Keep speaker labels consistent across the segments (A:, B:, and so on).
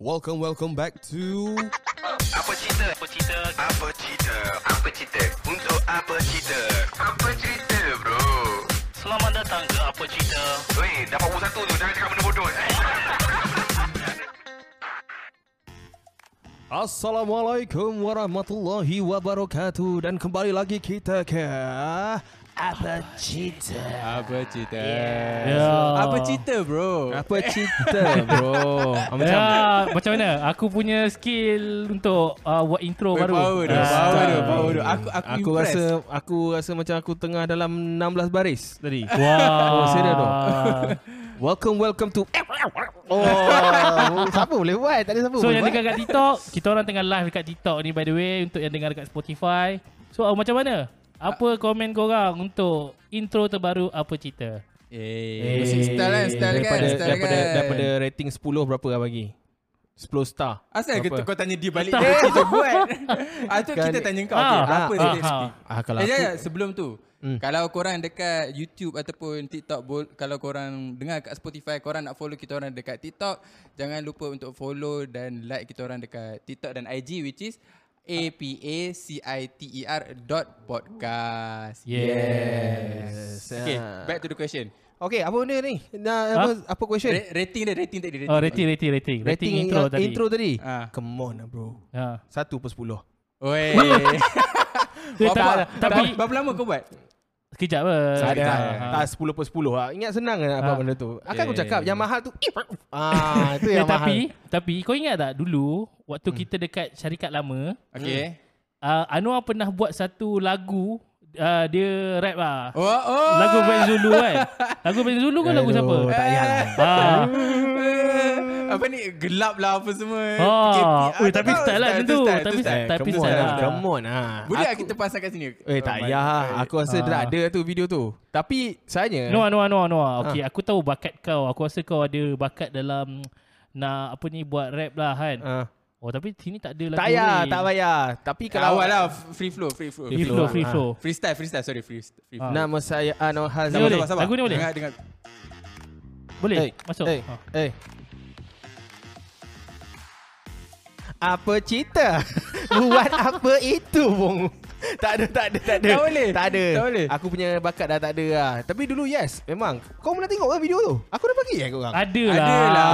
A: Welcome, welcome back to
B: Apa cerita? Apa cerita? Apa cerita? Apa cerita? Untuk apa cerita? Apa cerita, bro?
C: Selamat datang ke Apa Cerita
B: Weh, dapat pukul satu tu. Jangan cakap benda bodoh. Eh?
A: Assalamualaikum warahmatullahi wabarakatuh dan kembali lagi kita ke apa cerita?
D: Apa cerita?
E: Ya.
D: Apa cerita bro?
A: Apa cerita, bro? Ah, Macam
E: Ya, macam mana? Aku punya skill untuk uh, buat intro
D: Power
E: baru. Ah.
D: power tu, power tu, power tu. Aku aku,
A: Ah. aku
D: impressed.
A: rasa aku rasa macam aku tengah dalam 16 baris tadi.
E: Wow.
A: Oh, serius tu? Welcome, welcome to Oh, siapa boleh buat? Tak ada siapa.
E: So
A: boleh
E: yang
A: buat.
E: dengar kat TikTok, kita orang tengah live dekat TikTok ni by the way untuk yang dengar dekat Spotify. So uh, macam mana?
D: Ah.
E: Apa komen korang untuk intro terbaru Apa Cerita?
D: Eh, mesti style kan, style kan,
A: daripada,
D: style
A: daripada,
D: kan.
A: daripada rating 10 berapa kau bagi? 10 star.
D: Asal
A: Apa?
D: kita kau tanya dia balik
E: Tak.
D: dia kita buat. Ah tu
A: Kan-
D: kita tanya kau.
E: Ah,
D: Okay,
E: ah,
D: apa
E: ah,
D: dia resipi?
A: Ah kalau
D: Eh,
A: aku, Hmm.
D: jangan, sebelum tu. Kalau korang dekat YouTube ataupun TikTok bol- kalau korang dengar kat Spotify korang nak follow kita orang dekat TikTok, jangan lupa untuk follow dan like kita orang dekat TikTok dan IG which is APACITER E dot podcast.
E: Yes.
D: Okay, back to the question.
A: Okay, apa benda ni? Nah, apa, apa question?
D: Ra- rating dia, rating tadi. Rating.
E: Oh rating rating rating. Rating, intro
A: uh,
E: tadi.
A: Intro tadi.
D: Ah.
A: Come on lah, bro.
E: Ha.
A: Satu per sepuluh.
D: Oi.
E: Eh, tak,
D: Berapa-
E: tapi
D: berapa- Berapa lama kau buat?
E: sekejap eh. apa.
A: Tak ada.
D: tak,
A: Tak sepuluh per sepuluh lah. Ingat senang kan apa
E: Ya. Ah.
A: benda tu. Akan aku
D: Yeah,
A: cakap
D: yeah,
A: yang mahal tu. Eh, Ah, itu
E: Eh,
A: yang mahal.
E: tapi tapi kau ingat tak dulu waktu
D: Hmm.
E: kita dekat syarikat lama,
D: Okay.
E: uh, Anwar pernah buat satu lagu uh, dia rap lah. Oh.
D: Oh, oh.
E: Lagu Ben Zulu kan. Lagu Ben Zulu ke lagu
A: Aduh,
E: siapa?
A: Tak payah lah.
E: Ha.
D: Eh, Apa ni gelap lah apa semua.
E: Ha.
D: PKP.
E: Ui,
D: tak
E: tapi
D: tahu,
E: style lah macam tu.
D: style,
E: Tapi
D: style.
A: Eh,
E: tapi
A: come on
E: saya
A: lah.
E: dah.
A: Come on lah.
D: Boleh tak kita pasang kat sini?
A: Eh tak
D: my-
A: payah Aku rasa
E: Ah.
A: dah ada tu video tu Tapi ah, Sebenarnya
E: Noah, Noah, Noah, Noah. Okey,
A: Ah.
E: aku tahu bakat kau. Aku rasa kau ada bakat dalam nak apa ni buat rap lah kan.
A: Ah.
E: Oh, tapi sini tak ada lagu.
A: Tak payah Ah.
E: ni.
A: Tak payah Tapi
D: Kalau
A: kalau
D: awal lah free flow, free flow.
E: Free flow, free flow.
D: Freestyle, freestyle, sorry, free, free flow.
A: Nama saya Anwar Hazmi
E: Boleh? Lagu ni boleh?
D: Dengar, dengar.
E: Boleh
A: Eh,
E: masuk.
A: Eh,
E: Ha.
A: eh. Apa cerita? Buat apa itu, Bung? tak ada, tak ada, tak ada.
D: Tak boleh.
A: Tak ada.
D: Tak boleh.
A: Aku punya bakat dah tak ada lah. Tapi dulu yes, memang. Kau pernah tengok ke video tu? Aku dah bagi ya kau orang.
E: Ada lah.
D: Ada lah.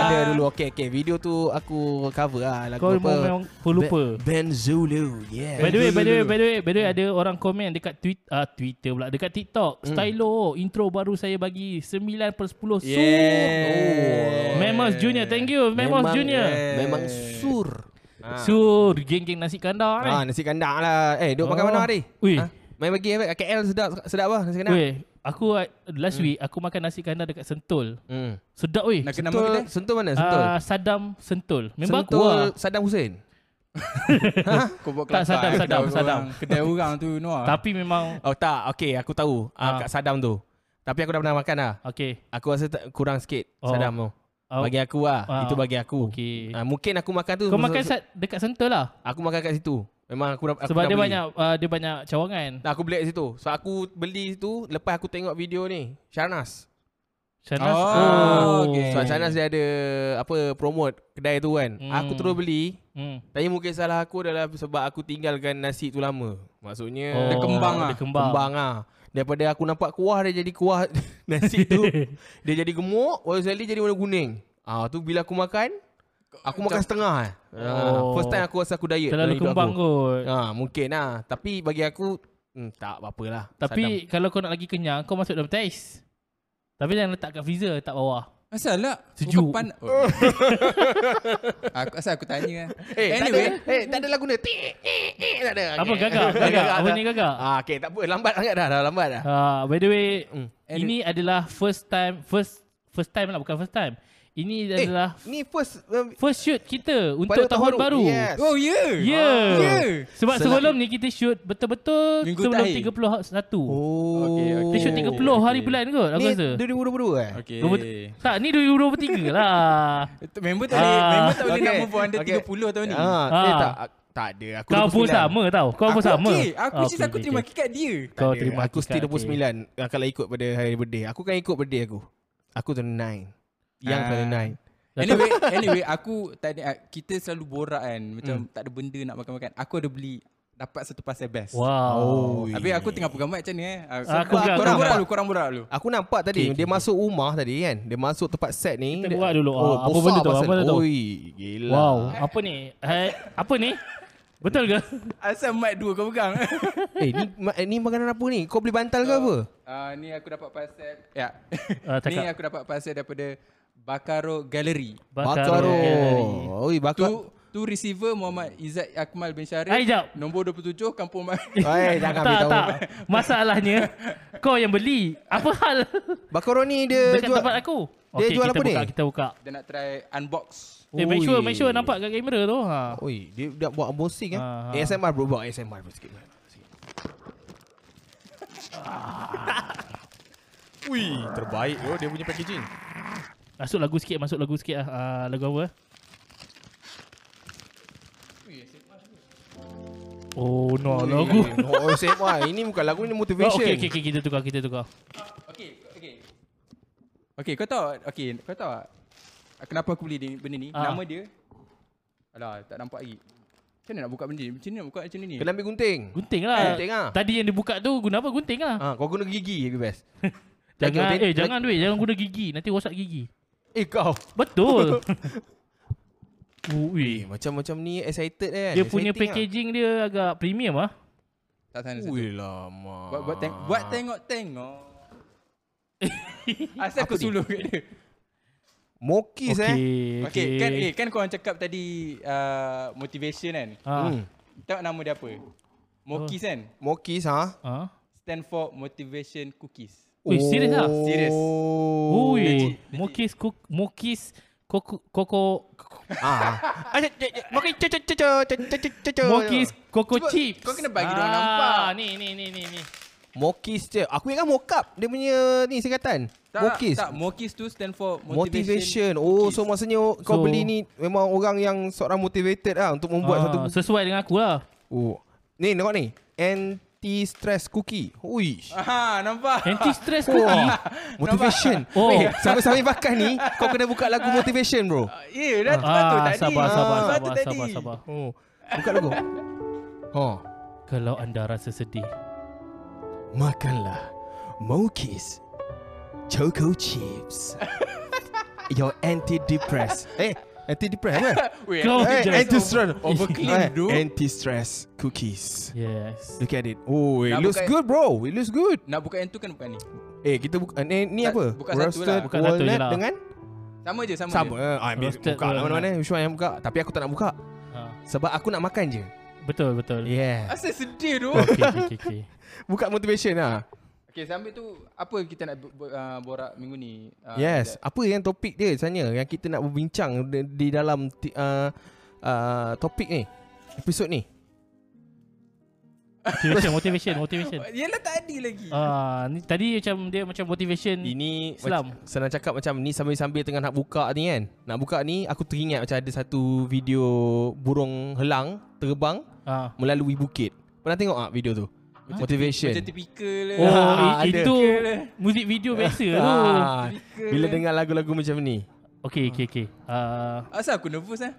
A: ada dulu. Okey, okey. Video tu aku cover lah lagu
E: Kau
A: apa.
E: memang lupa.
A: Ben, ben Zulu. Yeah.
E: By the way, by the way, by the way, by the
A: Hmm.
E: way, ada orang komen dekat tweet, ah, Twitter pula, dekat TikTok. Stylo, intro baru saya bagi 9 per 10. Su.
D: Yeah.
E: Memos Junior, thank you. Memos Junior.
A: Memang sur.
E: Sur, geng-geng nasi kandar eh. ni.
A: Ah, nasi kandar lah. Eh, duk makan
E: Oh.
A: mana hari?
E: Ui.
A: Ha? Main bagi eh, KL sedap sedap apa nasi kandar?
E: Weh, aku ah, last week aku makan nasi kandar dekat Sentul.
A: Hmm.
E: Sedap weh.
D: Nak kena nama
A: Sentul,
D: kita?
A: sentul mana? Sentul.
E: Ah, Saddam Sentul. Member aku
A: sentul
E: lah.
A: Saddam Hussein.
D: Kau buat kelakar.
E: Tak, sadam,
D: eh,
E: sadam,
D: kedai
E: sadam.
D: orang- Kedai orang tu, Noah.
E: Tapi memang
A: Oh tak, okey aku tahu. Ah,
E: Ah.
A: kat Saddam tu. Tapi aku dah pernah makan lah.
E: okey.
A: Aku rasa tak, kurang sikit
E: Oh.
A: Saddam tu.
E: Oh.
A: Bagi aku lah.
E: Ah.
A: Itu bagi aku.
E: Okey.
A: Ah, mungkin aku makan tu.
E: Kau
A: sebab-
E: makan sat dekat Sentul lah.
A: Aku makan kat situ. Memang aku dah- aku
E: Sebab
A: dah
E: dia
A: beli.
E: banyak ah, dia banyak cawangan.
A: Nah, aku beli kat situ. So aku beli situ, lepas aku tengok video ni, Syarnas.
E: Shanas.
D: Oh, okey.
A: Sebab Syarnas dia ada apa promote kedai tu kan.
E: Hmm.
A: Aku terus beli,
E: Hmm.
A: Tapi mungkin salah aku adalah sebab aku tinggalkan nasi tu lama. Maksudnya
E: Oh,
D: Dia kembang
E: Dia
D: ah.
E: kembang.
A: kembang ah. Daripada aku nampak kuah dia jadi kuah nasi tu. dia jadi gemuk, while sekali jadi warna kuning. Ah tu bila aku makan, aku makan setengah eh. Ah,
E: Oh.
A: first time aku rasa aku diet. dalam
E: Terlalu
A: hidup
E: kembang
A: aku.
E: kot.
A: Ah mungkin lah. Tapi bagi aku hmm, tak apa-apalah.
E: Tapi kalau kau nak lagi kenyang Kau masuk dalam teks Tapi jangan letak kat freezer Letak bawah
D: Asal lah.
E: Sejuk. Eh,
D: Kau pan- oh. aku, asal aku tanya.
A: Sadam. Eh, anyway,
D: anyway.
A: tak ada, eh, tak ada lagu ni. Tik, eh, eh, tak ada.
E: Apa gagak Gagak Apa ni gagak
A: Ah, okay, tak apa. Lambat sangat dah. Dah lambat dah.
E: Ah, By the way
A: Hmm.
E: Ini adalah first time First First time lah Bukan first time Ini
A: Eh,
E: adalah
A: ni first uh,
E: First shoot kita
A: pada
E: Untuk tahun baru
A: Yes.
D: Oh, yeah.
E: Ya yeah.
D: Yeah.
A: Selamat-
E: Sebab sebelum ni kita shoot Betul-betul
D: Minggu
E: Sebelum
D: terakhir.
E: 31
A: Oh.
D: Okey, okey.
E: Kita shoot 30 hari
D: Okey.
E: bulan kot Aku
A: Ni
E: rasa
A: 2022 eh?
D: Okay.
E: Dua- Tak ni 2023 lah
D: Member tak boleh,
E: Ah.
D: member tak boleh
A: Okey.
D: nak move on. Dia
A: Okey.
D: 30 tahun ni.
A: Ah, eh,
E: Ah.
A: tak, tak ada. Aku
E: Kau
A: 29.
E: pun sama tau Kau pun
D: Aku
E: sama
D: okey. Aku
E: Ah,
D: cis
E: okey,
D: aku
E: okey,
D: terima
E: okey.
D: okay. kat dia.
E: Kau
A: Ada.
E: terima kan.
A: Aku still
E: hakikat, okey.
A: 29 okay. Kalau ikut pada hari birthday Aku kan ikut birthday aku Aku 29 Yang
D: Ah.
A: 29
D: Anyway, anyway aku tak ada kita selalu borak kan macam tak ada benda nak makan-makan. Aku ada beli dapat satu pasal best.
A: Oh,
E: Wow.
A: Oi.
D: Habis aku tengah pegang mic macam ni eh. Ah, so
E: Aku
D: kau- korang
E: pegang, aku
D: borak
E: pegang.
D: dulu, korang borak dulu.
A: Aku nampak tadi okay, dia masuk rumah tadi kan. Dia masuk tempat set ni.
E: Kita
A: Dia-
E: buat dulu. Ah, apa
A: besar
E: benda tu? Apa
A: pasal.
E: benda tu?
A: Oi, gila.
E: Wow. Apa ni? Eh, apa ni? Betul ke?
D: Asal mic dua kau pegang.
A: Eh ni, ma- eh, ni makanan apa ni? Kau beli bantal ke apa?
D: Ah ni aku dapat pasal ya.
E: Ah,
D: ni
E: cakap.
D: aku dapat pasal daripada Bakaro Gallery.
A: Bakaro.
E: Gallery.
A: Oi,
D: Tu
A: bakar.
D: tu receiver Muhammad Izzat Akmal bin Syarif.
E: Hai, jap.
D: Nombor 27 Kampung Melayu.
A: Eh, jangan
E: tak,
A: beritahu.
E: tak. Masalahnya kau yang beli. Apa hal?
A: Bakaro ni dia
E: Dekat
A: jual
E: tempat aku.
A: dia jual
E: kita
A: apa ni?
E: buka, Kita buka.
D: Dia nak try unbox.
E: Eh, make sure,
A: Ui.
E: make sure nampak kat kamera tu. Ha.
A: Oi, dia dah buat unboxing kan?
E: Ha, ha.
A: ASMR bro, buat ASMR bro sikit. Sikit. Ui, terbaik bro dia punya packaging.
E: Masuk lagu sikit, masuk lagu sikit ah. Uh, lagu apa? Oh no lagu.
A: Oh, ASMR. Ini bukan lagu ni
E: Oh,
A: motivation.
E: okay, okay, okay, kita tukar, kita tukar.
D: Okay, okay. Okay, kau tahu, okay, kau tahu tak? Kenapa aku beli ni- benda ni?
E: Ah.
D: Nama dia, alah, tak nampak lagi. Macam mana nak buka benda ni? Macam mana nak buka macam ni?
A: Kena ambil gunting.
E: Gunting lah.
A: Gunting lah.
E: Tadi yang dibuka tu guna apa? Gunting lah.
A: Ha, kau guna gigi lebih best. Lagi
E: Jangan,
A: gunting-
E: eh jangan duit, jangan guna gigi. Nanti rosak gigi.
A: Eh kau.
E: Betul. Ui.
A: Macam macam Eh, ni excited kan.
E: Dia punya
A: Exciting
E: packaging dia agak premium ah.
D: Tak sana
A: Lah.
D: satu.
A: Ui lama.
D: Buat, buat, teng- buat tengok-tengok. Asal aku suluh kat dia.
A: Mokis eh.
D: Okay, kan, eh, kan korang cakap tadi uh, motivation kan?
E: Ah.
A: Hmm.
D: Tahu nama dia apa? Mokis kan?
A: Mokis ha.
E: Ah.
D: Stand for Motivation Cookies.
E: Ui, serius ah?
A: Oh.
D: Serius.
E: Ui. Mokis kok mokis koko koko
A: Ah. Mokis
E: mokis koko
D: Cuba-
E: chips. Ah,
D: kau kena bagi diorang nampak.
E: Ni ni ni ni ni.
A: Mokis je. Aku ingat mokap dia punya ni singkatan.
D: Tak,
A: Mokis.
D: tak, Mokis tu stand for
A: Motivation.
D: Motivation,
A: Oh,
D: Cookies.
A: so maksudnya kau
E: So-
A: beli ni memang orang yang seorang motivated lah untuk membuat satu
E: Ah, sesuai dengan aku lah.
A: Oh. Ni tengok ni. Anti stress cookie. Ui.
D: Aha, nampak?
E: Anti
A: Oh,
E: stress cookie.
A: motivation.
E: Oh.
A: Eh, sambil-sambil makan ni kau kena buka lagu motivation bro.
D: Ya, dah sebab tu
E: Ah,
D: tadi.
E: sabar,
D: Ah, sebab
E: sabar,
D: tu
E: sabar,
D: tadi.
E: sabar, sabar.
A: Oh. Buka lagu. Ha.
E: Kalau anda rasa sedih,
A: Makanlah Mokis Choco Chips. Your anti-depress. eh, anti-depress apa?
D: Weh,
E: Kau-
D: aku-
A: eh,
E: Yes.
A: anti-stress.
D: overclean,
A: Eh,
D: bro.
A: Anti-stress cookies.
E: yes.
A: Look at it. Oh, it
D: Nak
A: looks
D: buka-
A: good bro. It looks good.
D: Nak buka yang tu kan bukan ni?
A: Eh, kita buka ni, ni
D: Tak,
A: apa?
D: buka satu
A: Roasted
D: lah.
E: Buka satu je
A: walnut
E: lah.
A: dengan
D: Sama je, sama,
A: sama.
D: je.
A: Ah, ambil
E: Roasted
A: buka lah
E: walnut.
A: mana-mana. Which one yang buka? Tapi aku tak nak buka.
E: Ah,
A: Sebab aku nak makan je.
E: Hmm. betul betul.
A: Yeah.
D: Asal sedih tu.
E: Okey okey okey. Okay.
A: Buka motivation lah.
D: okay, sambil tu, apa kita nak bu- bu- ah, borak minggu ni? Ah,
A: Yes.
D: Izzat?
A: Apa yang topik dia sebenarnya yang kita nak berbincang di, di dalam ti- ah, ah, topik ni? Episod ni.
E: Motivation, motivation, motivation.
D: Yelah tadi lagi.
E: Ah, ni tadi macam dia macam motivation.
A: Ini
E: Islam.
A: mac- senang cakap macam ni sambil-sambil tengah nak buka ni kan. Nak buka ni aku teringat macam ada satu video burung helang terbang
E: Ah.
A: melalui bukit. Pernah tengok tak video tu? Motivation.
D: Macam typical lah.
E: Oh,
A: Ah,
E: i-
A: ada.
E: itu muzik video biasa tu.
A: Ah,
D: Typical
A: bila
D: lah.
A: dengar lagu-lagu macam ni.
E: Okey okey okey. Ah,
D: Asal aku nervous lah.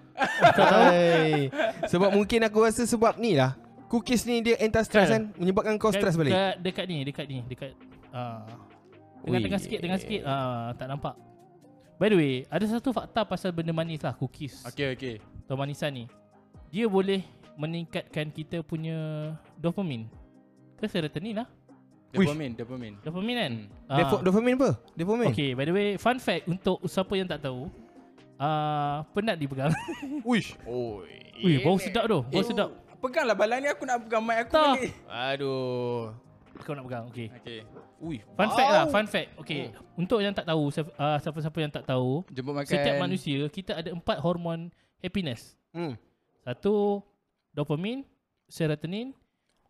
A: Hai. sebab mungkin aku rasa sebab ni lah. Cookies ni dia anti stress
E: Kan.
A: kan menyebabkan kau
E: dekat-
A: stress balik.
E: Dekat, dekat ni, dekat ni, dekat ah. Tengah-tengah
A: Ui.
E: sikit, tengah sikit. Ah, tak nampak. By the way, ada satu fakta pasal benda manis lah, cookies
D: Okay, okay.
E: atau manisan ni. Dia boleh meningkatkan kita punya dopamin. Ke serotonin lah.
A: Wish.
D: Dopamine, dopamine.
E: Dopamin kan? Ah.
A: Depo- Dopamin apa? Dopamin.
E: Okay, by the way, fun fact untuk siapa yang tak tahu, uh, penat dipegang.
A: Uish. Oi.
E: Ui, bau sedap tu. Bau sedap.
D: Eh, Peganglah balang ni aku nak pegang mic aku
E: Tak.
D: balik.
A: Aduh.
D: Eh.
E: Kau nak pegang, okay.
D: Okay.
A: Ui.
E: Fun fact lah, fun fact. Okay, untuk yang tak tahu, siapa- ah, siapa-siapa yang tak tahu,
D: Jemput Hmm. makan.
E: setiap manusia, kita ada empat hormon happiness.
A: Hmm.
E: Satu, dopamin, serotonin,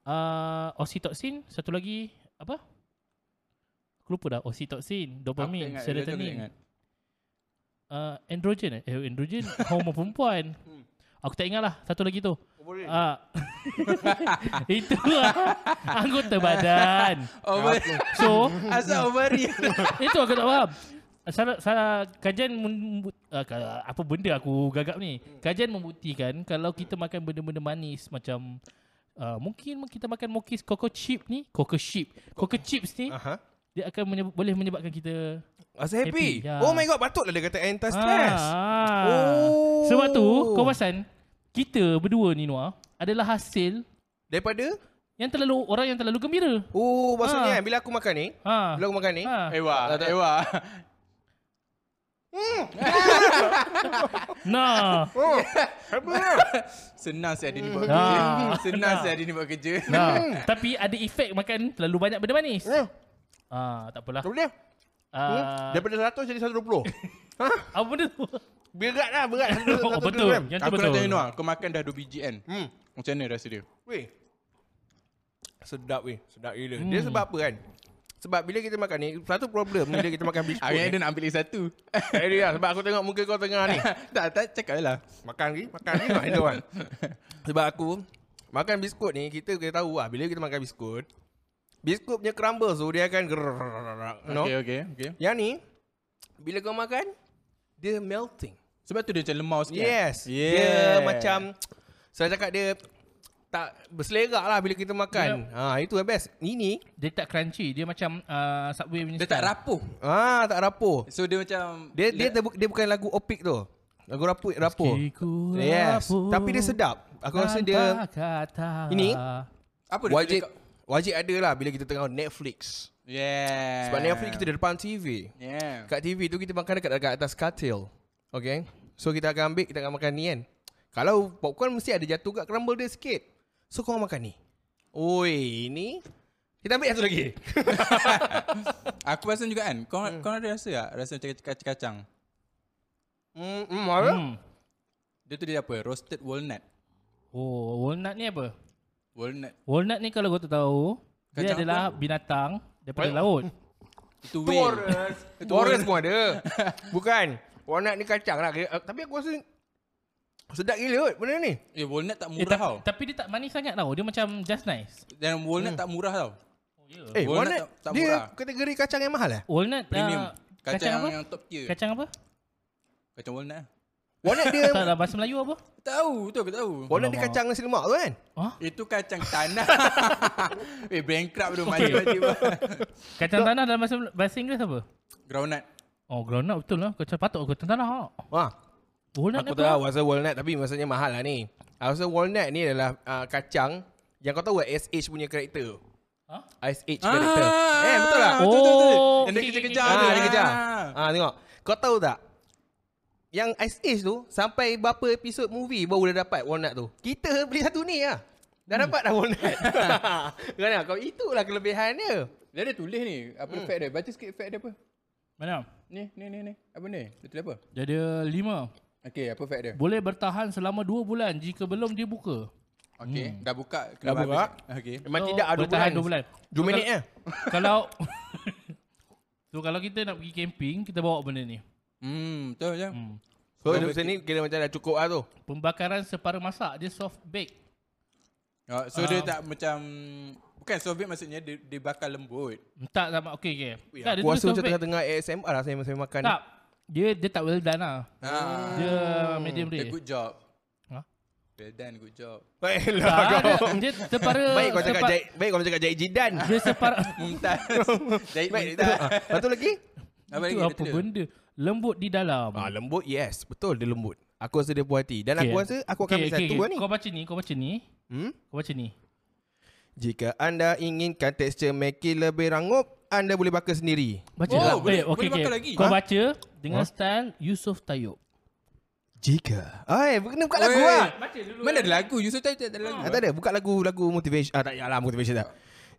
E: uh, oxytocin, satu lagi, apa? Aku lupa dah,
D: Aku
E: oxytocin, dopamin,
D: ingat, dia tu aku
E: serotonin.
D: ingat.
E: uh, androgen eh? eh androgen hormon perempuan aku tak ingat lah satu lagi tu uh, itu lah anggota badan
D: Over,
E: so
D: Oh, asal ovary.
E: itu aku tak faham salah, salah kajian membu- ah, ka- apa benda aku gagap ni. Kajian membuktikan kalau kita makan benda-benda manis macam ah, mungkin kita makan mokis coco chip ni, coco chip, coco chips ni
A: Aha.
E: dia akan menyebab, boleh menyebabkan kita
A: Rasa happy.
E: Happy, ya.
A: Oh my god, patutlah dia kata anti stress.
E: Ah.
A: Oh.
E: Sebab tu kawasan kita berdua ni Noah adalah hasil
A: Daripada
E: yang terlalu orang yang terlalu gembira.
A: Oh, maksudnya
E: Ah.
A: kan, bila aku makan ni,
E: Ha.
A: bila aku makan ni,
E: Ha.
D: Ewa, Ewa.
E: Nah.
D: Senang saya ada ni buat
E: Ah.
D: kerja. Senang
E: Nah.
D: saya ada ni buat kerja.
E: Nah, tapi ada efek makan terlalu banyak benda manis. Ah, tak apalah.
A: apa dia?
E: Ah,
A: Daripada 100 jadi 120.
E: apa benda tu?
A: Berat lah, berat.
E: Oh, betul. Yang tu
D: Aku
E: betul.
D: nak tanya Noah, kau makan dah 2 biji kan?
A: Hmm.
D: Macam mana rasa dia?
A: Weh. Sedap weh, sedap gila. Hmm. Dia sebab apa kan? Sebab bila kita makan ni, satu problem bila kita makan biskut.
D: Akhirnya
A: ni.
D: Ah, dia nak ambil lagi satu.
A: Tak ada lah, sebab aku tengok muka kau tengah ni.
D: tak, tak cakap lah.
A: Makan lagi, makan lagi nak elok kan. Sebab aku makan biskut ni, kita kita tahu lah bila kita makan biskut, biskut punya crumble tu dia akan gerak. You know?
D: Okay, okay, okay.
A: Yang ni bila kau makan dia melting.
D: Sebab tu dia macam lemau
E: kan?
D: sikit.
A: Yes.
D: Yeah.
A: Dia macam saya cakap dia tak berselerak lah bila kita makan. Ha itu yang best. Ini
E: Dia tak crunchy, dia macam uh, Subway punya.
D: Dia tak
E: style.
D: rapuh.
A: ah tak rapuh.
D: So dia macam...
A: Dia dia dia, bu- dia bukan lagu opik tu. Lagu rapuh rapuh.
E: Meski ku
A: Yes.
E: rapuh
A: Tapi dia sedap. Aku rasa dia
E: tanpa Kata.
A: Ini?
D: apa dia
A: wajib
D: pilih kau-
A: wajib ada lah bila kita tengok Netflix.
D: Yeah.
A: Sebab Netflix kita di depan TV.
D: Yeah.
A: Kat TV tu kita makan dekat, dekat atas katil. Okay. So kita akan ambil, kita akan makan ni kan. Kalau popcorn mesti ada jatuh kat crumble dia sikit. So korang makan ni. Oi, ni. Kita ambil satu lagi.
D: Aku rasa juga kan, kau, kau ada rasa tak? Rasa macam kac- kacang.
A: Hmm, hmm, apa?
E: Hmm.
D: Dia tu dia apa? Roasted walnut.
E: Oh, walnut ni apa?
D: Walnut.
E: Walnut ni kalau kau tak tahu, dia
D: Kacang
E: adalah binatang daripada laut.
D: Itu whale.
A: Taurus. Taurus pun ada. Bukan. Warna ni kacang lah. Eh, Tapi aku rasa sedap gila kot benda ni.
D: Eh, walnut tak
E: Eh,
D: murah
E: ta-
D: tau.
E: tapi dia tak manis sangat tau. Dia macam just nice.
D: Dan walnut
A: Hmm.
D: tak murah tau.
A: Eh,
D: Walnut
A: warna
D: tak- tak
A: dia
D: murah.
A: kategori kacang yang mahal lah.
E: Walnut
D: Premium.
E: ah,
D: Kacang,
E: kacang apa?
D: yang top tier. Kacang,
E: Kacang apa?
D: walnut lah.
A: Warna dia
E: Tak lah bahasa Melayu apa?
D: Tahu, tu aku tahu.
A: warna dia kacang nasi lemak tu kan.
D: Itu kacang tanah. eh, bankrupt tu. Maju maju.
E: Kacang tanah dalam bahasa bahasa Inggeris apa?
D: Groundnut.
E: Oh, groundnut betul lah. Kacang patut aku kacang tanah. ah.
A: Wah,
E: Walnut
A: Aku
E: apa?
A: tahu rasa walnut tapi maksudnya mahal lah ni. Aku rasa walnut ni adalah uh, kacang yang kau tahu SH punya karakter.
E: Hah?
A: Ice Age karakter. Eh betul tak?
D: Ah, tu, tu, tu.
E: Ah. Oh,
D: Yang dia
E: okey,
D: kejar-kejar
A: Ah,
E: okey,
D: tu.
A: dia kejar.
D: Ah.
A: Ah, tengok. Kau tahu tak? Yang Ice Age tu sampai berapa episod movie baru dah dapat walnut tu. Kita beli satu ni lah. Dah
E: Hmm.
A: dapat dah walnut. Kerana kau itulah kelebihan dia.
D: Dia ada tulis ni. Apa hmm. fact dia? Baca sikit fact dia apa?
E: Mana?
D: Ni, ni, ni, ni. Apa ni? Dia tulis apa?
E: Dia ada lima.
D: Okey, apa fact dia?
E: Boleh bertahan selama dua bulan jika belum dibuka.
D: Okey, hmm. dah buka.
A: Dah buka.
D: Okey.
A: Memang
E: So,
A: tidak ada
E: Oh, bertahan dua bulan.
A: Dua
E: So,
A: minit
E: kalau-
A: lah.
E: Kalau So kalau kita nak pergi camping, kita bawa benda ni.
D: Hmm, betul je. Hmm.
A: So, macam ni kira macam dah cukup lah tu.
E: Pembakaran separa masak, dia soft bake.
D: Oh, so
E: Ah.
D: dia tak macam bukan sorbet maksudnya dia, dia bakar lembut.
E: Tak sama okey okey. Tak dia
A: Aku rasa
E: tulis soft
A: macam
E: bake.
A: tengah-tengah ASMR lah saya, saya makan.
E: Tak. Dia dia tak well done lah.
D: Ha.
E: Dia
A: Hmm.
E: medium
D: Yeah.
E: rare.
D: Good job.
E: Ha?
D: Well done, good job.
A: Tak,
E: Tak,
A: lah kau.
E: Ah, dia, dia separa
A: Baik kau cakap
E: sepa-
A: jahit, baik kau cakap jahit jidan.
E: Dia separa
D: Mumtaz. Jahit
A: Baik.
D: mumtaz.
A: ah, Lepas tu lagi?
D: Apa lagi?
E: Itu apa benda Lembut di dalam
A: Ah lembut yes, betul dia lembut. Aku rasa dia puas hati dan
E: Okey.
A: aku rasa aku akan
E: Okey,
A: ambil
E: okey,
A: satu
E: okey.
A: lah ni.
E: Kau baca ni Kau baca ni
A: Hmm?
E: Kau baca ni
A: Jika anda inginkan tekstur Meki lebih rangup, anda boleh bakar sendiri.
E: Baca
D: Oh,
E: lah.
D: boleh-
E: Eh, okey,
D: boleh
E: okey.
D: bakar lagi.
E: Kau
D: Ha?
E: baca Dengan style Yusof Tayyub
A: Jika. Ai, kena buka lagu
D: Oi.
A: ah.
E: Baca dulu
D: Mana ada lagu? Yusuf tak tak ada lagu.
A: Ah, tak ada, buka lagu lagu motivation. Ah tak yalah motivation tak.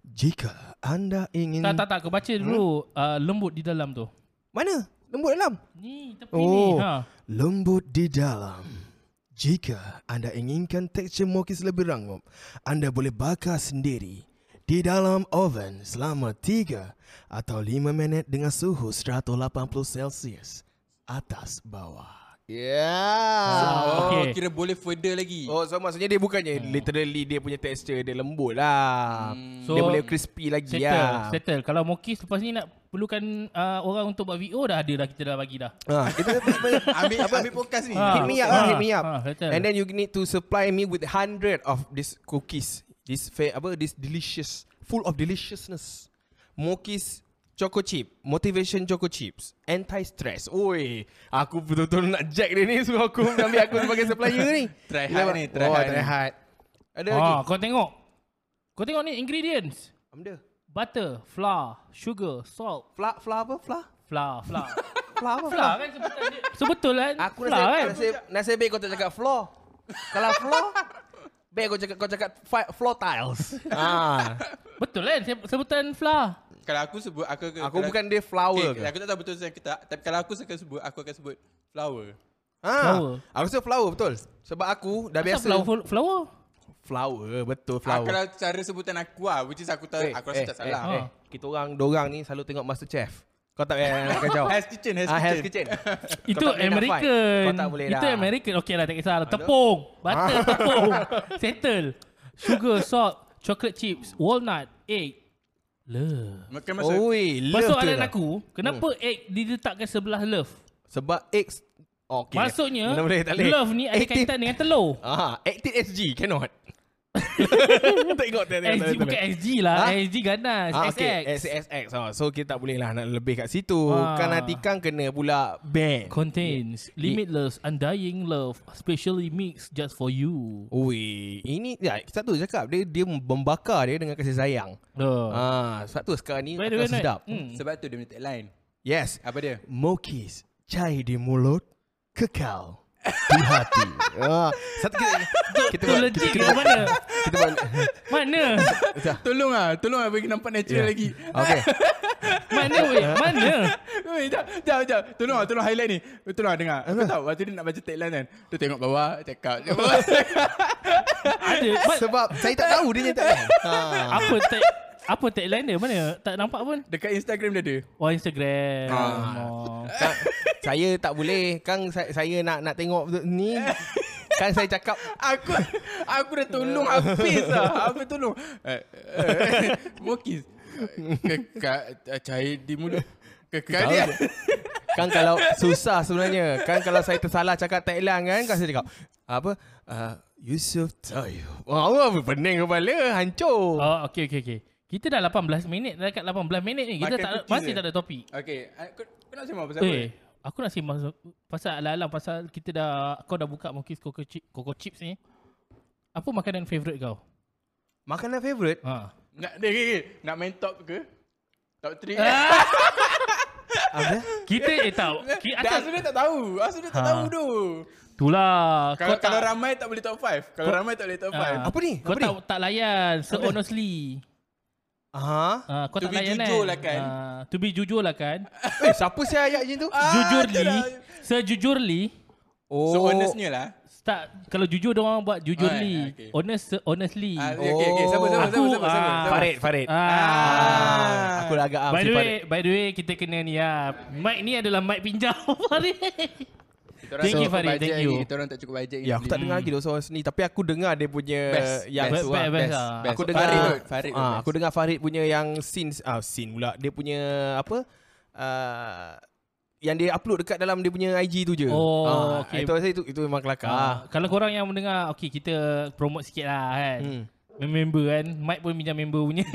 A: Jika anda ingin
E: Tak tak tak Kau baca dulu
A: Hmm?
E: ah, Lembut di dalam tu
A: Mana? Lembut dalam.
E: Ni tepi ni
A: Oh,
E: ha.
A: lembut di dalam. Jika anda inginkan tekstur mokis lebih rangup, anda boleh bakar sendiri di dalam oven selama 3 atau 5 minit dengan suhu 180 Celsius atas bawah. Yeah.
E: Ah, okey,
D: Oh,
E: Okey.
D: kira boleh further lagi.
A: Oh, so maksudnya dia bukannya hmm. literally dia punya texture dia lembut lah. Hmm. So, dia
E: So,
A: boleh crispy lagi
E: Settle,
A: lah.
E: settle. Kalau Mokis lepas ni nak perlukan uh, orang untuk buat VO dah ada dah kita dah bagi dah.
A: Ha, kita
B: Ambil apa? Ambil podcast ni.
E: Ah.
A: hit me up, ah, hit me up.
E: ah, betul.
A: And then you need to supply me with hundred of these cookies. This fa- apa this delicious, full of deliciousness. Mokis Choco Chip, Motivation Choco Chips, Anti Stress. Oi, aku betul-betul nak jack dia ni so aku ambil aku sebagai supplier ni.
D: Try hard
A: Yelah,
D: ni, try
A: oh,
D: hard
A: Try
D: ni.
A: hard. Ada lagi.
E: Ah, kau tengok. Kau tengok ni ingredients.
A: Amda.
E: Butter, flour, sugar, salt,
A: Fla fla apa fla?
E: flour, flour.
A: Fla apa fla?
E: flour kan sebetul, sebetul kan?
A: Aku
E: flour
A: nasib,
E: kan?
A: nasib, nasib baik kau tak cakap floor. Kalau floor, baik kau cakap kau cakap fi- floor tiles. ah,
E: Betul kan se- sebutan flour?
D: Kalau aku sebut aku
A: aku bukan dia flower
D: okay,
A: ke?
D: Aku tak tahu betul saya kita tapi kalau aku akan sebut aku akan sebut flower.
A: Ah,
D: Ha.
E: Flower.
A: aku rasa flower betul. Sebab aku dah
E: Biasa.
A: biasa
E: Flour, flour.
A: flower betul
D: flower. Ah,
A: flower.
D: kalau cara sebutan aku ah which is aku
A: Eh,
D: tak aku
A: eh,
D: rasa tak salah.
E: eh.
D: Eh,
E: Ah.
A: Kita orang dorang ni selalu tengok MasterChef. Kau tak payah nak kacau.
D: Hell's Kitchen, Hell's
A: Ah, Hell's
D: Kitchen.
A: Kitchen.
E: Itu
A: tak boleh nak fight.
E: American.
A: Kau tak boleh
E: Itu
A: dah.
E: American. Okey lah, tak kisah. Tepung. Butter, tepung. Settle. Sugar, salt, chocolate chips, walnut, egg. Love.
D: Makan masa
A: Oi, love
E: Masuk
A: tu
E: soalan
A: dah. Hmm.
E: aku, kenapa egg diletakkan sebelah love?
A: Sebab X Okay.
E: Maksudnya,
A: Mana boleh, tak boleh.
E: love ni ada
A: 18
E: kaitan dengan telur.
A: Ah, active SG cannot. tengok tengok. tengok,
E: SG
A: tengok,
E: Eh, bukan
A: tengok.
E: SG lah.
A: Ha?
E: SG ganas.
A: Ah,
E: SX.
A: okay. SXX. Oh, so kita tak boleh lah nak lebih kat situ.
E: Ah.
A: Kan hati kang kena pula ban.
E: Contains limitless, undying love, specially mixed just for you.
A: Ui, ini ya, satu cakap dia dia membakar dia dengan kasih sayang.
E: Uh.
A: Ah, sebab tu sekarang ni
E: Wait,
A: akan
E: wait, wait.
A: sedap.
E: Hmm.
D: sebab tu dia punya tagline.
A: Yes.
D: Apa dia?
A: Mokis, cair di mulut, kekal di hati. ah, satu kita kita
E: Tu legit ke mana?
A: kita buat.
E: Mana?
D: Tolong ah, tolong ah bagi nampak
A: Ya.
D: natural yeah. lagi.
A: Okay.
E: Mana weh? Mana?
D: Weh, jap, jap, jap. Tolong ah, tolong highlight ni. Weh, Tolong ah dengar. Kau tahu waktu dia nak baca tagline kan. Dia tengok bawah, cakap. Tengok bawah.
E: Ada. But,
A: Sebab saya tak tahu dia nyata. Ah.
E: apa tag apa tagline dia? Mana? Tak nampak pun.
D: Dekat Instagram dia ada.
E: Oh Instagram.
A: Ah.
E: Oh.
A: Kang, saya tak boleh. Kang saya, saya nak nak tengok betul- ni. Kan saya cakap
D: Aku aku dah tolong
E: Ya.
D: Hafiz lah. Aku tolong. Eh, eh, Mokis. Kekak eh, cair di mulut. Kekak dia.
A: Kan kalau susah sebenarnya. Kan kalau saya tersalah cakap Thailand kan kan saya cakap apa uh, Yusuf Tayyub. Ah, Wah, wah pening kepala hancur.
E: Oh, okey okey okey. Kita dah 18 minit, dah dekat 18 minit ni. Kita
D: Makan
E: tak
D: cookies
E: masih
D: je.
E: tak ada topik.
D: Okay. eh, Kau, kau nak sembang pasal apa?
E: Eh, aku nak sembang so- pasal alam-alam pasal kita dah kau dah buka mungkin Coco Chip, Coco Chips ni. Apa makanan favorite kau?
A: Makanan favorite?
E: Ha.
D: Nak, dia, dia, dia, nak main top ke? Top eh? 3?
E: Ah.
A: Apa?
E: Kita eh tahu. Ki,
D: Dah
E: asal,
D: Azul tak tahu. Azul tak
E: Ha.
D: tahu tu.
E: itulah.
D: Kalau,
E: kau
D: kalau
E: tak,
D: ramai tak boleh top 5. Kalau ramai tak boleh top 5.
E: ah,
A: Apa ni?
E: Kau
A: Apa
E: tak, tak layan. So honestly.
A: Aha.
E: Ah, kau
D: To
E: tak
D: be
E: layan
D: jujur lah kan.
E: Ah, to be jujur lah kan.
A: Eh, siapa saya ayat macam
D: Ah,
A: tu?
E: Jujurly,
D: dah.
E: sejujurly,
A: Oh.
D: So honestnya lah.
E: tak kalau jujur dia orang buat jujurly.
D: Oh, ya, okay.
E: Honest honestly.
D: Ah, okay, okay, okay. Sabar, sabar,
E: Aku,
D: sabar, sabar, sabar,
E: ah,
D: sabar.
A: Farid, Farid.
E: ah.
A: Ah, aku dah agak ah,
E: By the
A: mesti
E: way, by the way kita kena ni lah. Mic ni adalah mic pinjam Farid. Thank you, Farid. Thank you.
D: Kita orang tak cukup bajet.
A: Ya, aku tak dengar lagi dosa orang sini tapi aku dengar dia punya
D: Best,
A: yang
E: best,
A: tu
E: best,
A: ah,
E: best lah.
A: best. Aku
D: Best.
A: dengar
D: Farid kot, Farid kot
A: ah,
D: best.
A: aku dengar Farid punya yang scene ah scene pula dia punya apa uh, yang dia upload dekat dalam dia punya IG tu je.
E: Oh,
A: ah,
E: okay.
A: Itu rasa itu itu memang
E: Ah,
A: kelakar.
E: kalau korang yang mendengar, okay kita promote sikit lah kan.
A: Hmm.
E: Hmm. Member kan Mike pun pinjam member punya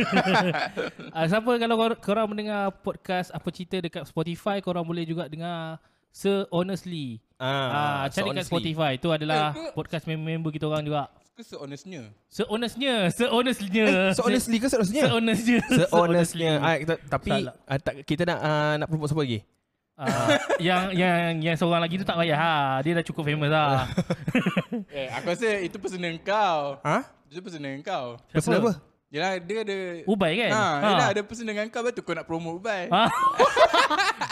E: uh, Siapa kalau kor- korang mendengar podcast Apa Cerita dekat Spotify Korang boleh juga dengar Sir Honestly
A: Ah,
E: uh,
A: So
E: Cari kat
A: honestly.
E: Spotify Itu adalah
D: Eh, ke-
E: podcast member-member kita orang juga
D: Aku se-honestnya.
E: Sir Honestnya Sir Honestnya
A: Eh, so honestly ke
E: Sir
A: seterusnya?
E: Honestnya
A: So honestly. Ah, kita, tapi
E: Salah.
A: ah, tak, kita nak ah, nak promote siapa lagi?
E: Ah, yang yang yang seorang lagi tu tak payah ha. Dia dah cukup famous lah.
D: Eh, aku rasa itu personal kau.
A: Ha?
D: Itu personal kau.
A: Pasal apa?
D: Yelah, dia ada...
E: Ubai kan?
D: Ha,
E: Ha.
D: yelah, ada personal dengan kau. Lepas tu kau nak promote Ubai.
E: Ah.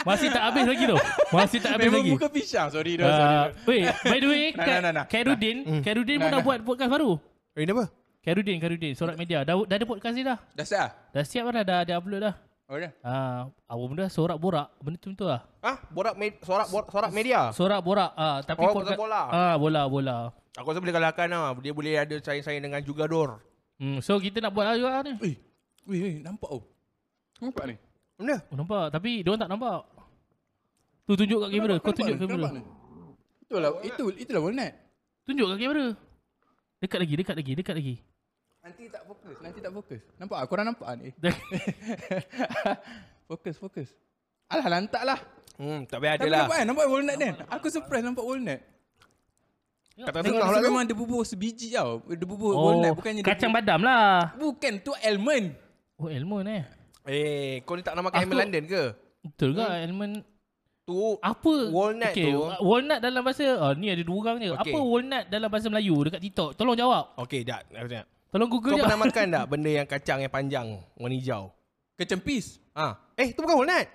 E: Masih tak habis lagi tu. Masih tak habis
D: Memang
E: lagi.
D: muka pisang. Sorry dah, sorry.
E: Uh, wait, by the way,
D: Nah,
E: Ka-
D: nah, nah, nah.
E: Khairuddin, Khairuddin pun
D: Nah,
E: dah
D: nah.
E: buat podcast baru.
A: Eh, apa?
E: Khairuddin, Khairuddin, Sorak Media. Dah, dah ada podcast dia dah.
D: Dah siap lah?
E: Dah siap dah, dah, dah upload dah.
D: Oh, dah.
E: Ah, awal benda sorak borak. Benda tu betul lah.
A: Ah, borak me- sorak borak, sorak media.
E: Sorak borak. Ah, tapi
A: Oh, pasal bola.
E: Ah, bola bola.
A: Aku rasa boleh kalahkan lah. Dia boleh ada saing-saing dengan Jugador.
E: Hmm, so kita nak buat lah juga lah ni.
D: Ui, ui, ui, nampak oh. Nampak ni?
A: Benda?
E: Oh, nampak. Tapi dia tak nampak. Tu tunjuk kat kamera. Kau tunjuk kat kamera.
D: Nampak ni? Betul lah, itu, itulah walnut.
E: Tunjuk kat kamera. Dekat lagi, dekat lagi, dekat lagi.
D: Nanti tak fokus, nanti tak fokus. Nampak ah, korang nampak ah ni? fokus, fokus. Alah, lantak lah.
A: Hmm, tak payah ada
D: Tapi
A: lah.
D: nampak kan, nampak walnut ni? Aku surprise nampak walnut.
A: Tak payah
D: Tengok
A: tengah
D: dia
A: lah tu.
D: memang dia bubur sebiji tau. Dia bubur
E: Oh,
D: walnut, bukannya dia
E: kacang
D: bubur-
E: badam lah.
D: Bukan, tu almond.
E: Oh, Elmon eh.
A: Eh, kau ni tak nama Hamil
E: Aku- Ah.
A: London ke?
E: Betul ke Elmon
A: Tu
E: apa
A: Hmm. Walnut
E: okay,
A: tu.
E: wa- Walnut dalam bahasa ah, ni ada dua orang je.
A: Okay.
E: Apa walnut dalam bahasa Melayu dekat TikTok? Tolong jawab.
A: Okey, dah. Aku tanya.
E: Tolong Google
A: Kau
E: jap.
A: pernah makan tak benda yang kacang yang panjang, warna hijau?
D: Kecempis.
A: Ah, eh tu bukan walnut.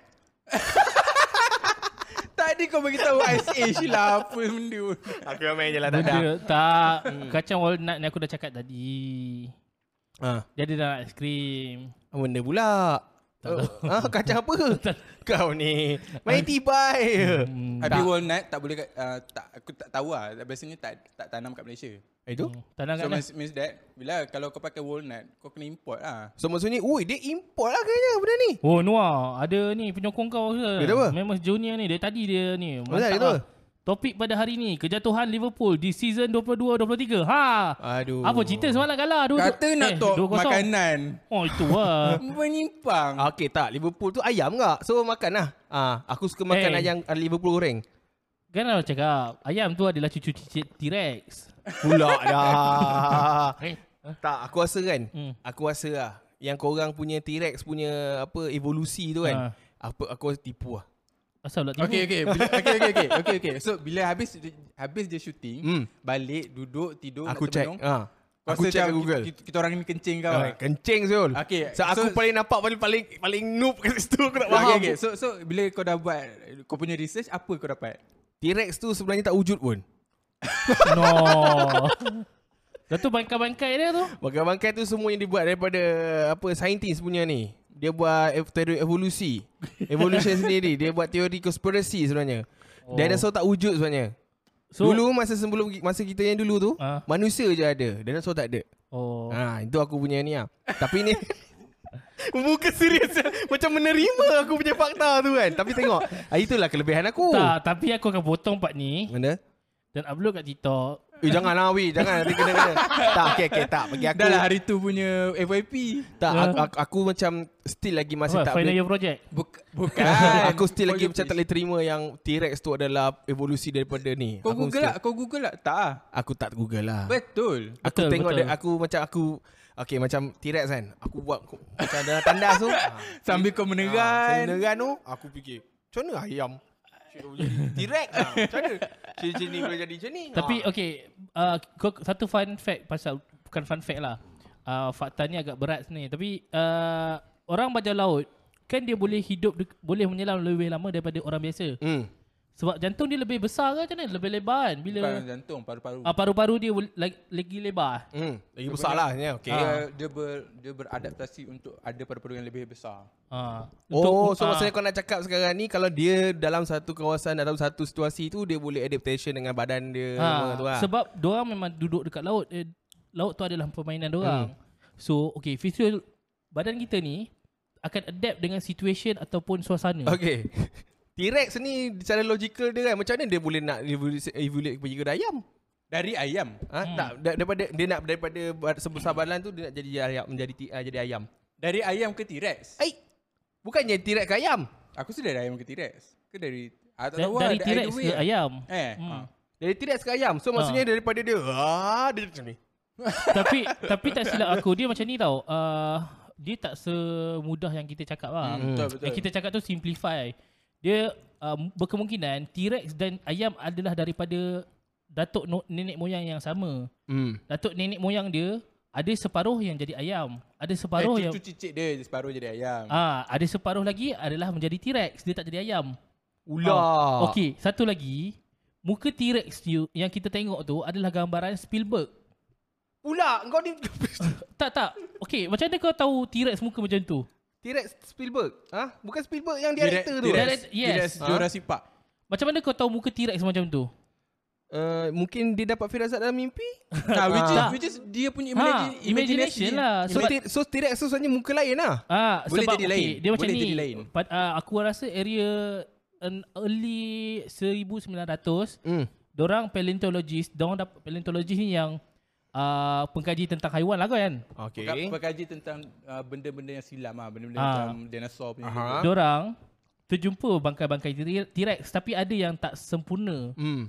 D: Tadi kau beritahu ISA Sheila
A: lah,
D: apa benda.
A: Aku main je lah tak Hmm. ada.
E: Benda tak kacang walnut ni aku dah cakap tadi.
A: Ah,
E: Dia ada dalam aiskrim.
A: apa benda pula? Oh, ah, kacang apa? Kau ni main tibai. Hmm.
D: Habis walnut tak boleh kat- ah, tak aku tak tahu lah. Biasanya tak tak tanam kat Malaysia.
A: Eh tu?
E: Tanah
D: So
E: kat mana?
D: means, means that bila kalau kau pakai walnut kau kena import lah.
A: So maksudnya, ui dia import lah kayaknya benda ni.
E: Oh Noah, ada ni penyokong kau ke?
A: Dia apa? Oh,
E: Memang junior ni, dari tadi dia
A: dia
E: ni. Mantap
A: tu?
E: lah. Topik pada hari ni, kejatuhan Liverpool di season 22-23. Ha!
A: Aduh.
E: Apa cerita semalam kalah? Eh, Dua,
D: Kata
A: eh,
D: nak top
E: 2-0.
D: makanan.
E: Oh itu lah.
D: Menyimpang.
A: Ah, Okey tak, Liverpool tu ayam enggak? So makan lah. Ah, aku suka makan
E: Eh.
A: ayam ah, Liverpool goreng.
E: kan orang cakap, ayam tu adalah cucu cicit T-Rex.
A: Pula dah.
E: Eh, ha?
A: tak, aku rasa kan.
E: Hmm.
A: Aku rasa lah yang korang punya T-Rex punya apa evolusi tu kan.
E: Ha.
A: Apa aku rasa tipu lah.
E: Asal pula tipu.
D: Okay okay bila, okay okay okay okay okay. So bila habis habis dia shooting,
A: Hmm.
D: balik duduk tidur
A: aku
D: nak
A: check.
D: termenung,
A: Ha.
D: kau
A: Aku
D: rasa
A: check kat
D: macam
A: Google.
D: Kita, kita orang ni kencing kau. eh.
A: Ah,
D: Okay,
A: kencing Zul.
D: Okey,
A: So, aku
D: so-
A: paling nampak paling paling paling noob kat situ aku nak
D: okay,
A: faham.
D: okay. So so bila kau dah buat kau punya research apa kau dapat?
A: T-Rex tu sebenarnya tak wujud pun.
E: No. Lepas tu bangkai-bangkai dia tu.
A: Bangkai-bangkai tu semua yang dibuat daripada apa saintis punya ni. Dia buat ev- teori evolusi. Evolution sendiri. Dia buat teori konspirasi sebenarnya.
E: Oh.
A: Dinosaur tak wujud sebenarnya.
E: So,
A: dulu masa sebelum masa kita yang dulu tu,
E: Ah.
A: manusia je ada. Dinosaur tak ada.
E: Oh.
A: Ha, itu aku punya ni lah. Tapi ni Muka serius Macam menerima aku punya fakta tu kan Tapi tengok ah, Itulah kelebihan aku
E: Tak, tapi aku akan potong part ni
A: Mana?
E: dan upload kat TikTok.
A: Eh jangan lah Wi Jangan nanti kena-kena Tak okay, okay, tak Bagi aku
D: Dah lah hari tu punya FYP.
A: Tak aku, aku, aku macam Still lagi masih
E: Apa,
A: tak
E: final
A: boleh
E: year project.
D: Buk- bukan.
A: Aku still lagi
D: Kau
A: macam tak boleh terima Yang T-Rex tu adalah Evolusi daripada ni
D: Kau
A: aku
D: Google lah,
A: mesti-
D: kau Google lah. Tak ah.
A: Aku tak Google lah
D: Betul.
A: Aku
E: Betul,
A: tengok
E: betul.
A: dia, Aku macam aku Okay macam T-Rex kan Aku buat aku- Macam dalam tandas tu ah.
D: Sambil kau
A: Kan.
D: meneran.
A: Sebenarnya tu aku fikir, macam mana ayam Cik boleh jadi T-Rex lah. Macam mana? Cik ni boleh jadi macam ni.
E: Tapi
A: Ah.
E: okay, uh, kau, satu fun fact pasal bukan fun fact lah. Uh, fakta ni agak berat sebenarnya. Tapi uh, orang bajau laut kan dia boleh hidup dek- boleh menyelam lebih lama daripada orang biasa.
A: Hmm.
E: Sebab jantung dia lebih besar ke macam mana? Lebih lebar kan? Bila
D: Bukan jantung paru-paru.
E: uh, paru-paru dia bol- lagi, lagi lebar.
A: Hmm. Lagi besar lah. Ya, okay.
E: Ah,
D: Dia dia ber, dia beradaptasi untuk ada paru-paru yang lebih besar.
E: Uh,
A: Oh, so maksudnya kau nak cakap sekarang ni kalau dia dalam satu kawasan atau satu situasi tu dia boleh adaptation dengan badan dia semua
E: Ha,
A: tu
D: ah.
A: lah.
E: sebab diorang memang duduk dekat laut. Eh, laut tu adalah permainan
D: Hmm.
E: diorang. So, okay, fisiol badan kita ni akan adapt dengan situation ataupun suasana.
A: Okay. T-Rex ni secara logical dia kan macam mana dia boleh nak evolusi- evolute pergi ke ayam?
D: Dari ayam.
A: Ha? Hmm. Tak da- daripada dia nak daripada ba- sebesar badan tu dia nak jadi ayam menjadi ti- ah, jadi ayam.
D: Dari ayam ke T-Rex.
A: Eh, bukannya T-Rex ke ayam?
D: Aku sudah dari ayam ke T-Rex. Ke dari ah, tak
E: Da-
D: tahu lah,
E: dari
D: ada
E: T-Rex
D: either way
E: ke
D: lah.
E: ayam.
D: Eh.
E: Hmm.
D: ah.
A: Dari T-Rex ke ayam. So maksudnya daripada dia ah dia macam ni.
E: tapi tapi tak silap aku dia macam ni tau. Uh, dia tak semudah yang kita cakap lah.
D: Hmm, betul, betul.
E: Yang kita cakap tu simplify. Dia um, berkemungkinan T-Rex dan ayam adalah daripada datuk no, nenek moyang yang sama.
A: Hmm.
E: Datuk nenek moyang dia ada separuh yang jadi ayam, ada
D: Eh,
E: separuh yang
D: cucu cicit dia separuh jadi ayam.
E: ah ada separuh lagi adalah menjadi T-Rex, dia tak jadi ayam.
A: Ular.
E: Ha.
D: Ah.
E: Okey, satu lagi muka T-Rex you- yang kita tengok tu adalah gambaran Spielberg.
A: Ular kau ni
E: Tak tak. Okey, macam mana kau tahu T-Rex muka macam tu?
A: T-Rex Spielberg. Ah, ha? bukan Spielberg yang director tu.
E: T-Rex.
A: eh?
E: Direct- yes. Ha?
D: Direct Jurassic Park.
E: Macam mana kau tahu muka T-Rex macam tu?
A: Uh, mungkin dia dapat Firazat dalam mimpi.
D: Nah, which is
E: Tak.
D: which is dia punya
E: Ha,
D: imagine,
E: imagination lah.
A: So,
E: Sebab
A: T- so T-Rex tu sebenarnya muka lain lah.
E: Ah,
D: Boleh
E: sebab,
D: jadi
E: okay,
D: lain.
E: Dia macam
D: Boleh
E: ni.
D: jadi lain.
E: Pad, ah, aku rasa area an early 1900,
A: Hmm.
E: dorang paleontologist, dorang dapat paleontologist ni yang ah, pengkaji tentang haiwan lah kan.
A: Okay.
D: Peka- Pekaji tentang uh, benda-benda yang silam ah, benda-benda
E: Ah.
D: macam dinosaur punya.
A: Aha.
D: benda.
E: Dorang terjumpa bangkai-bangkai T- T-Rex tapi ada yang tak sempurna.
A: Hmm.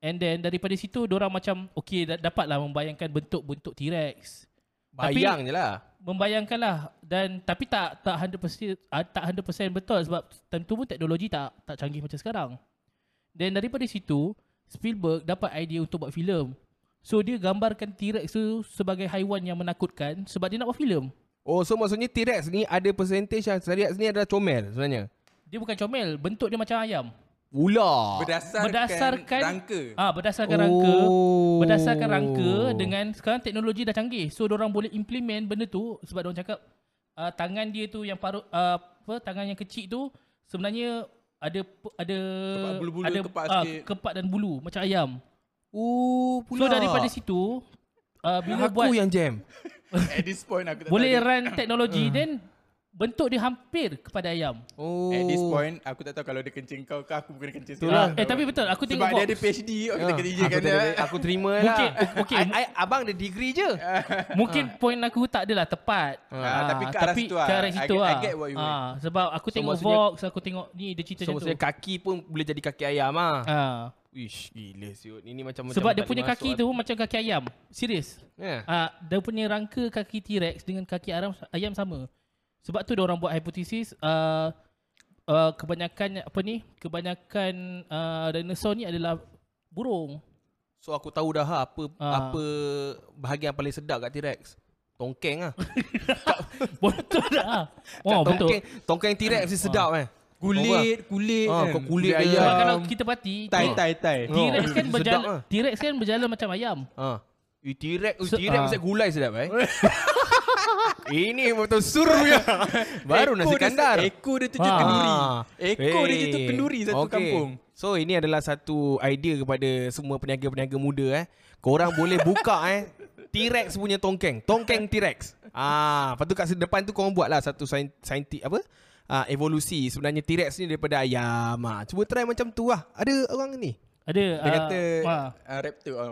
E: And then daripada situ dorang macam okay da- dapatlah membayangkan bentuk-bentuk T-Rex. Tapi-
A: Bayang je lah.
E: membayangkanlah dan tapi tak tak 100% ah, tak 100% betul sebab tentu pun teknologi tak tak canggih macam sekarang. Dan daripada situ Spielberg dapat idea untuk buat filem. So dia gambarkan T-Rex tu sebagai haiwan yang menakutkan sebab dia nak buat filem.
A: Oh, so maksudnya T-Rex ni ada percentage yang T-Rex ni adalah comel sebenarnya.
E: Dia bukan comel, bentuk dia macam ayam.
A: Ular.
D: Berdasarkan,
E: Berdasarkan
D: rangka.
E: Ah, berdasarkan oh. rangka.
A: Oh.
E: Berdasarkan rangka dengan sekarang teknologi dah canggih. So orang boleh implement benda tu sebab orang cakap uh, tangan dia tu yang parut uh, apa tangan yang kecil tu sebenarnya ada pe- ada
D: Kepak bulu-bulu,
E: ada
D: kepak
E: ah,
D: sikit.
E: kepak dan bulu macam ayam.
A: Oh,
E: Pula. So
A: pula.
E: daripada situ uh, bila
A: Aku
E: buat
A: yang jam.
D: At this point aku tak
E: boleh
D: tahu.
E: run teknologi
A: Hmm.
E: then bentuk dia hampir kepada ayam.
A: Oh.
D: At this point aku tak tahu kalau dia kencing kau ke aku kena kencing
E: Ah,
D: sekarang.
E: eh tapi betul aku
D: sebab
E: tengok Ya.
D: dia ada
E: Fox.
D: PhD orang kita kena izinkan
A: Ah, aku,
D: dia.
A: tak- aku terima lah.
E: Mungkin- Ah. okay.
A: I, I, abang ada degree je.
E: Mungkin point aku tak adalah tepat.
D: Ah, tapi ke arah situ lah.
E: ke arah
D: I
E: situ
D: get- I
E: lah.
D: get what you mean.
E: Ah, sebab aku tengok
A: maksudnya-
E: Vox, aku tengok ni dia cerita
A: So
E: macam tu.
A: maksudnya kaki pun boleh jadi kaki ayam ah.
E: Ah.
A: Wish, gila siut. Ini macam
E: Sebab
A: macam
E: dia
A: tak
E: punya
A: dimasuk
E: kaki tu macam kaki ayam. Serius.
A: Ya.
E: Ah, dia punya rangka kaki T-Rex dengan kaki ayam, ayam sama. Sebab tu dia orang buat hipotesis uh, uh, kebanyakan apa ni? Kebanyakan uh, dinosaur ni adalah burung.
A: So aku tahu dah ha, apa
E: Ah.
A: apa bahagian paling sedap kat T-Rex. Tongkeng ah.
E: betul dah. Wah, Oh, betul. Ah.
A: tongkeng, tongkeng T-Rex mesti sedap eh.
D: Kulit, kulit.
A: Ah,
D: kan.
A: kau kulit
D: Dia
A: dia.
E: Sebab
A: ayam.
E: kalau kita perhati,
D: Tai, tai, tai.
E: T-Rex
A: Oh,
E: kan
A: sedap
E: berjalan
A: lah.
E: T-Rex kan berjalan macam ayam.
A: Ha. Eh, T-Rex, so,
E: So-
A: T-Rex
D: ha.
E: ah.
A: mesti gulai sedap eh. Ini betul suruh ya. Baru nasi
D: Ekor dia-
A: kandar. Ha. Eh.
D: Ekor dia tu je
E: Ah.
D: kenduri. Eh. Ekor dia tu kenduri satu
A: Okey.
D: kampung.
A: So ini adalah satu idea kepada semua peniaga-peniaga muda eh. Korang boleh buka eh T-Rex punya tongkeng, tongkeng T-Rex. Ah, lepas tu kat depan tu korang buatlah satu saintik apa? Ah, evolusi sebenarnya T-Rex ni daripada ayam. Ah, cuba try macam tu lah. Ada orang ni.
E: Ada ah,
D: Dia kata
E: wah,
D: ah, raptor. ah,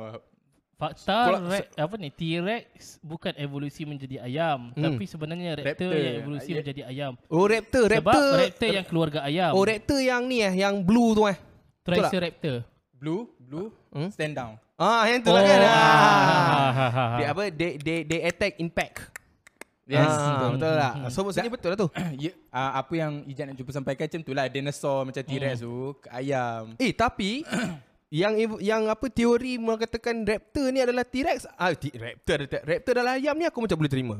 E: fakta
A: Kalau-
E: re- apa ni T-Rex bukan evolusi menjadi ayam
A: Hmm.
E: tapi sebenarnya raptor,
D: Raptor.
E: yang evolusi
D: Ay-
E: menjadi ayam.
A: Oh, raptor,
E: Sebab
A: raptor.
E: raptor yang keluarga ayam.
A: Oh, raptor yang ni eh, yang blue tu eh. betul tak?
E: Triceraptor.
D: Blue, blue, stand down.
A: Ah, yang tu lah
E: Oh.
A: kan.
E: Ha,
A: Ah.
E: Ah.
A: Dia apa? They, they, they attack in pack.
D: Yes.
A: Ah, betul tak?
E: Hmm.
A: So maksudnya betul lah tu.
D: Ya, ah, apa yang Ijat nak cuba sampaikan macam tu lah. Dinosaur macam T-Rex tu, ke ayam.
A: Eh tapi yang ev- yang apa teori mengatakan raptor ni adalah T-Rex ah t- raptor ada T- raptor adalah ayam ni aku macam boleh terima.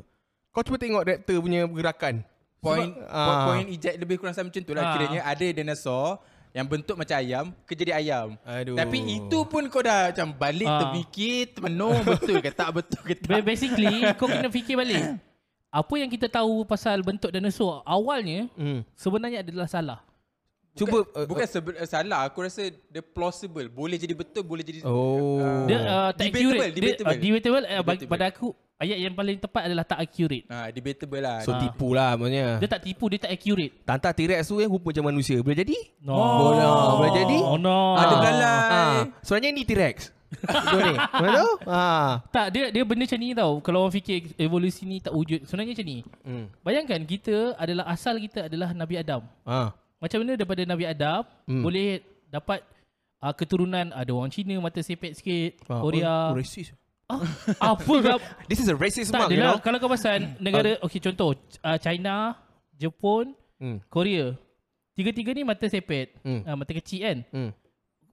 A: Kau cuba tengok raptor punya pergerakan.
D: Point
A: ah.
D: point, point eject lebih kurang sama macam tu lah.
E: Ah.
D: Kiranya ada dinosaur yang bentuk macam ayam, ke jadi ayam.
A: Aduh.
D: Tapi itu pun kau dah macam balik
E: Ah.
D: terfikir, termenung betul ke tak betul ke tak.
E: Ba- Basically kau kena fikir balik. Apa yang kita tahu pasal bentuk dinosaur awalnya
A: Hmm.
E: sebenarnya adalah salah.
A: Cuba
D: bukan,
A: uh,
D: bukan sebe- uh, salah aku rasa dia plausible boleh jadi betul boleh jadi Ah.
A: Oh.
E: Dia uh, tak
D: Debatable,
E: accurate. Dia,
D: debatable.
E: uh, debatable, uh, bagi-
D: Debatable.
E: pada aku ayat yang paling tepat adalah tak accurate.
D: ha, debatable lah
A: so tipu lah maksudnya.
E: Dia tak tipu, dia tak accurate.
A: Tanta T-Rex tu yang rupa macam manusia. Boleh jadi?
E: No.
A: Boleh, boleh jadi?
E: Oh no.
D: ada
A: Ah.
D: belalai
A: Ah, sebenarnya ni T-Rex. Betul ni. Mana tahu? Ah.
E: Tak, dia dia benda macam ni tau. Kalau orang fikir evolusi ni tak wujud. Sebenarnya macam ni.
A: Hmm.
E: Bayangkan kita adalah asal kita adalah Nabi Adam.
A: Ah.
E: Macam mana daripada Nabi Adam hmm. boleh dapat uh, keturunan ada orang Cina mata sepet sikit,
A: Ah, Oh,
E: Korea.
A: racist.
E: Ah, apa kau
A: This is a racist
E: tak
A: mark, you
E: dia
A: know.
E: lah, kalau kau
A: Hmm.
E: pasal negara okey contoh uh, China, Jepun,
A: Hmm.
E: Korea. Tiga-tiga ni mata sepet.
A: Hmm.
E: Ah, mata kecil kan.
A: Hmm.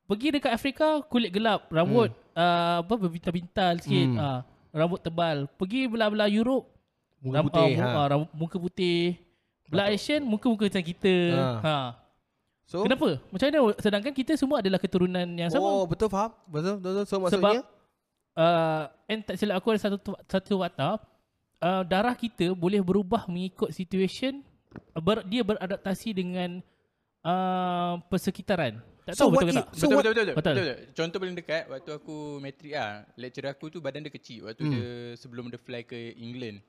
E: Pergi dekat Afrika kulit gelap, rambut ah, apa berbintal-bintal sikit.
A: Hmm.
E: ah, rambut tebal. Pergi belah-belah Europe
A: Muka
E: Ram-
A: putih.
E: ah, mu-
A: ha.
E: ah, ram- muka putih. Black Asian muka-muka macam kita.
A: Ha.
E: Ha.
A: So,
E: Kenapa? Macam mana sedangkan kita semua adalah keturunan yang
A: Oh,
E: sama.
A: betul faham. Betul, betul. betul. So
E: Sebab
A: maksudnya
E: uh, and tak silap aku ada satu tu- satu fakta uh, darah kita boleh berubah mengikut situation ber, dia beradaptasi dengan uh, persekitaran. Tak
F: So
E: tahu
F: what
E: betul ke
F: you- so
E: tak?
D: betul,
F: what-
D: betul, betul, betul,
E: Betul.
D: betul, betul. Contoh paling dekat waktu aku matrik ah, lecturer aku tu badan dia kecil waktu dia sebelum dia fly ke England.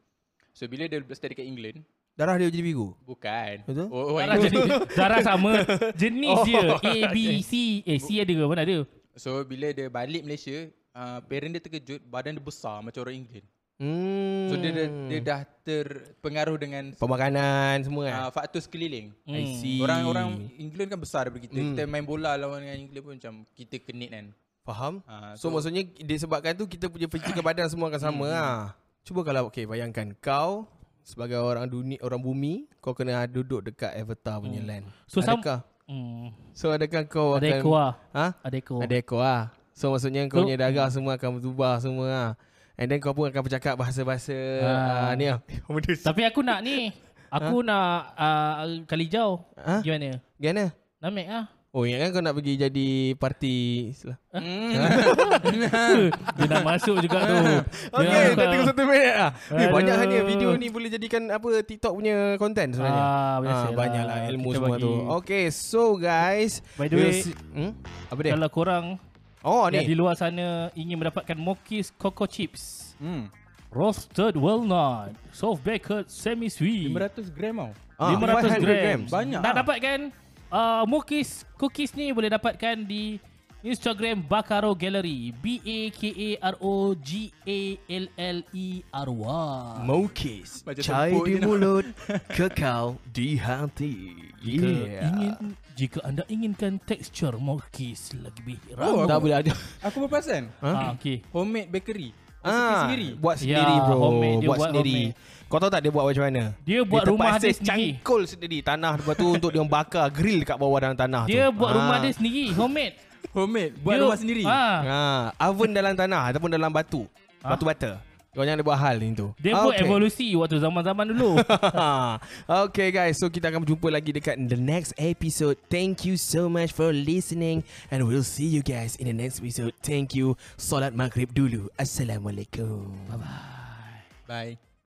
D: So bila dia stay dekat England,
A: Darah dia jadi biru.
D: bukan.
A: Betul?
D: Oh, oh,
E: Darah
D: ini-
E: jadi darah sama jenis dia
A: Oh.
E: A B C eh C ada ke mana ada
D: So bila dia balik Malaysia, uh, parent dia terkejut badan dia besar macam orang England.
A: Hmm.
D: So dia, dia dia dah terpengaruh dengan
A: Pemakanan semua kan.
D: uh, faktor sekeliling.
E: Hmm. I
A: see.
D: Orang-orang England kan besar daripada kita. Kita main bola lawan dengan England pun macam kita kenit kan.
A: Faham?
D: Ah,
A: so,
D: so-
A: maksudnya disebabkan tu kita punya fizikan badan semua akan sama
E: Hmm.
A: lah. Cuba kalau okey bayangkan kau sebagai orang dunia orang bumi kau kena duduk dekat avatar punya land.
E: So, sam-
A: adakah,
E: hmm,
A: so adakah kau akan
E: ada ekor lah
A: Ha?
E: ada ekor
A: Ada ekor lah. So maksudnya kau punya darah semua akan berubah semua lah. And then kau pun akan bercakap bahasa-bahasa ah.
E: Ah.
A: ni lah.
E: tapi aku nak ni aku nak uh, kali jauh
A: Ha?
E: gimana
A: Gimana?
E: namek ah
A: Oh ingat kan kau nak pergi jadi parti
E: dia nak masuk juga tu
A: Ha. Okay dah tengok satu minit lah Weh,
E: Ya, Eh, Aduh.
A: Banyak hanya video ni boleh jadikan apa TikTok punya konten sebenarnya
E: Ah, biasalah.
A: Banyak lah ilmu
E: Kita
A: semua
E: bagi-
A: tu Okay so guys
E: By the
A: we'll
E: way,
A: see- hmm? Apa dia?
E: kalau korang
A: Oh
E: yang di
A: ni
E: luar sana ingin mendapatkan Mokis Coco Chips
D: Hmm.
E: roasted walnut soft baked semi sweet
D: 500 gram tau.
A: Ah, 500
E: 500 gram.
A: grams.
D: Banyak
E: Nak
D: lah.
E: dapatkan uh, Mukis Cookies ni boleh dapatkan di Instagram Bakaro Gallery. B A K A R O G A L L E R
A: Hmm.
E: Y.
F: Mokis
D: Macam
F: Cair
D: tempur
F: di
D: je nak.
F: mulut Kekal di hati Yeah
E: Ingin jika anda inginkan tekstur Mukis lebih
D: Oh,
E: ramai.
A: Tak boleh ada
D: Aku berperasan.
E: ah, okey.
D: Homemade bakery. Resipi
A: Ah,
D: sendiri.
A: Buat
E: Ya,
A: sendiri bro
E: homemade, dia
A: Buat
E: buat
A: sendiri Kau tahu tak dia buat macam mana?
E: Dia buat rumah
A: terpaksa
E: dia sendiri.
A: cangkul sendiri Tanah lepas tu Untuk dia bakar grill Kat bawah dalam tanah
E: Dia
A: tu
E: buat rumah
A: Ah.
E: dia sendiri, homemade.
D: Homemade buat
E: Dia-
D: rumah sendiri.
E: Ah,
A: Ha, oven dalam tanah ataupun dalam batu. Batu bata. Kau jangan ada buat hal ni tu.
E: dia pun evolusi waktu zaman-zaman dulu.
A: okay guys, so kita akan berjumpa lagi dekat the next episode. Thank you so much for listening and we'll see you guys in the next episode. Thank you. Solat maghrib dulu. Assalamualaikum.
D: Bye.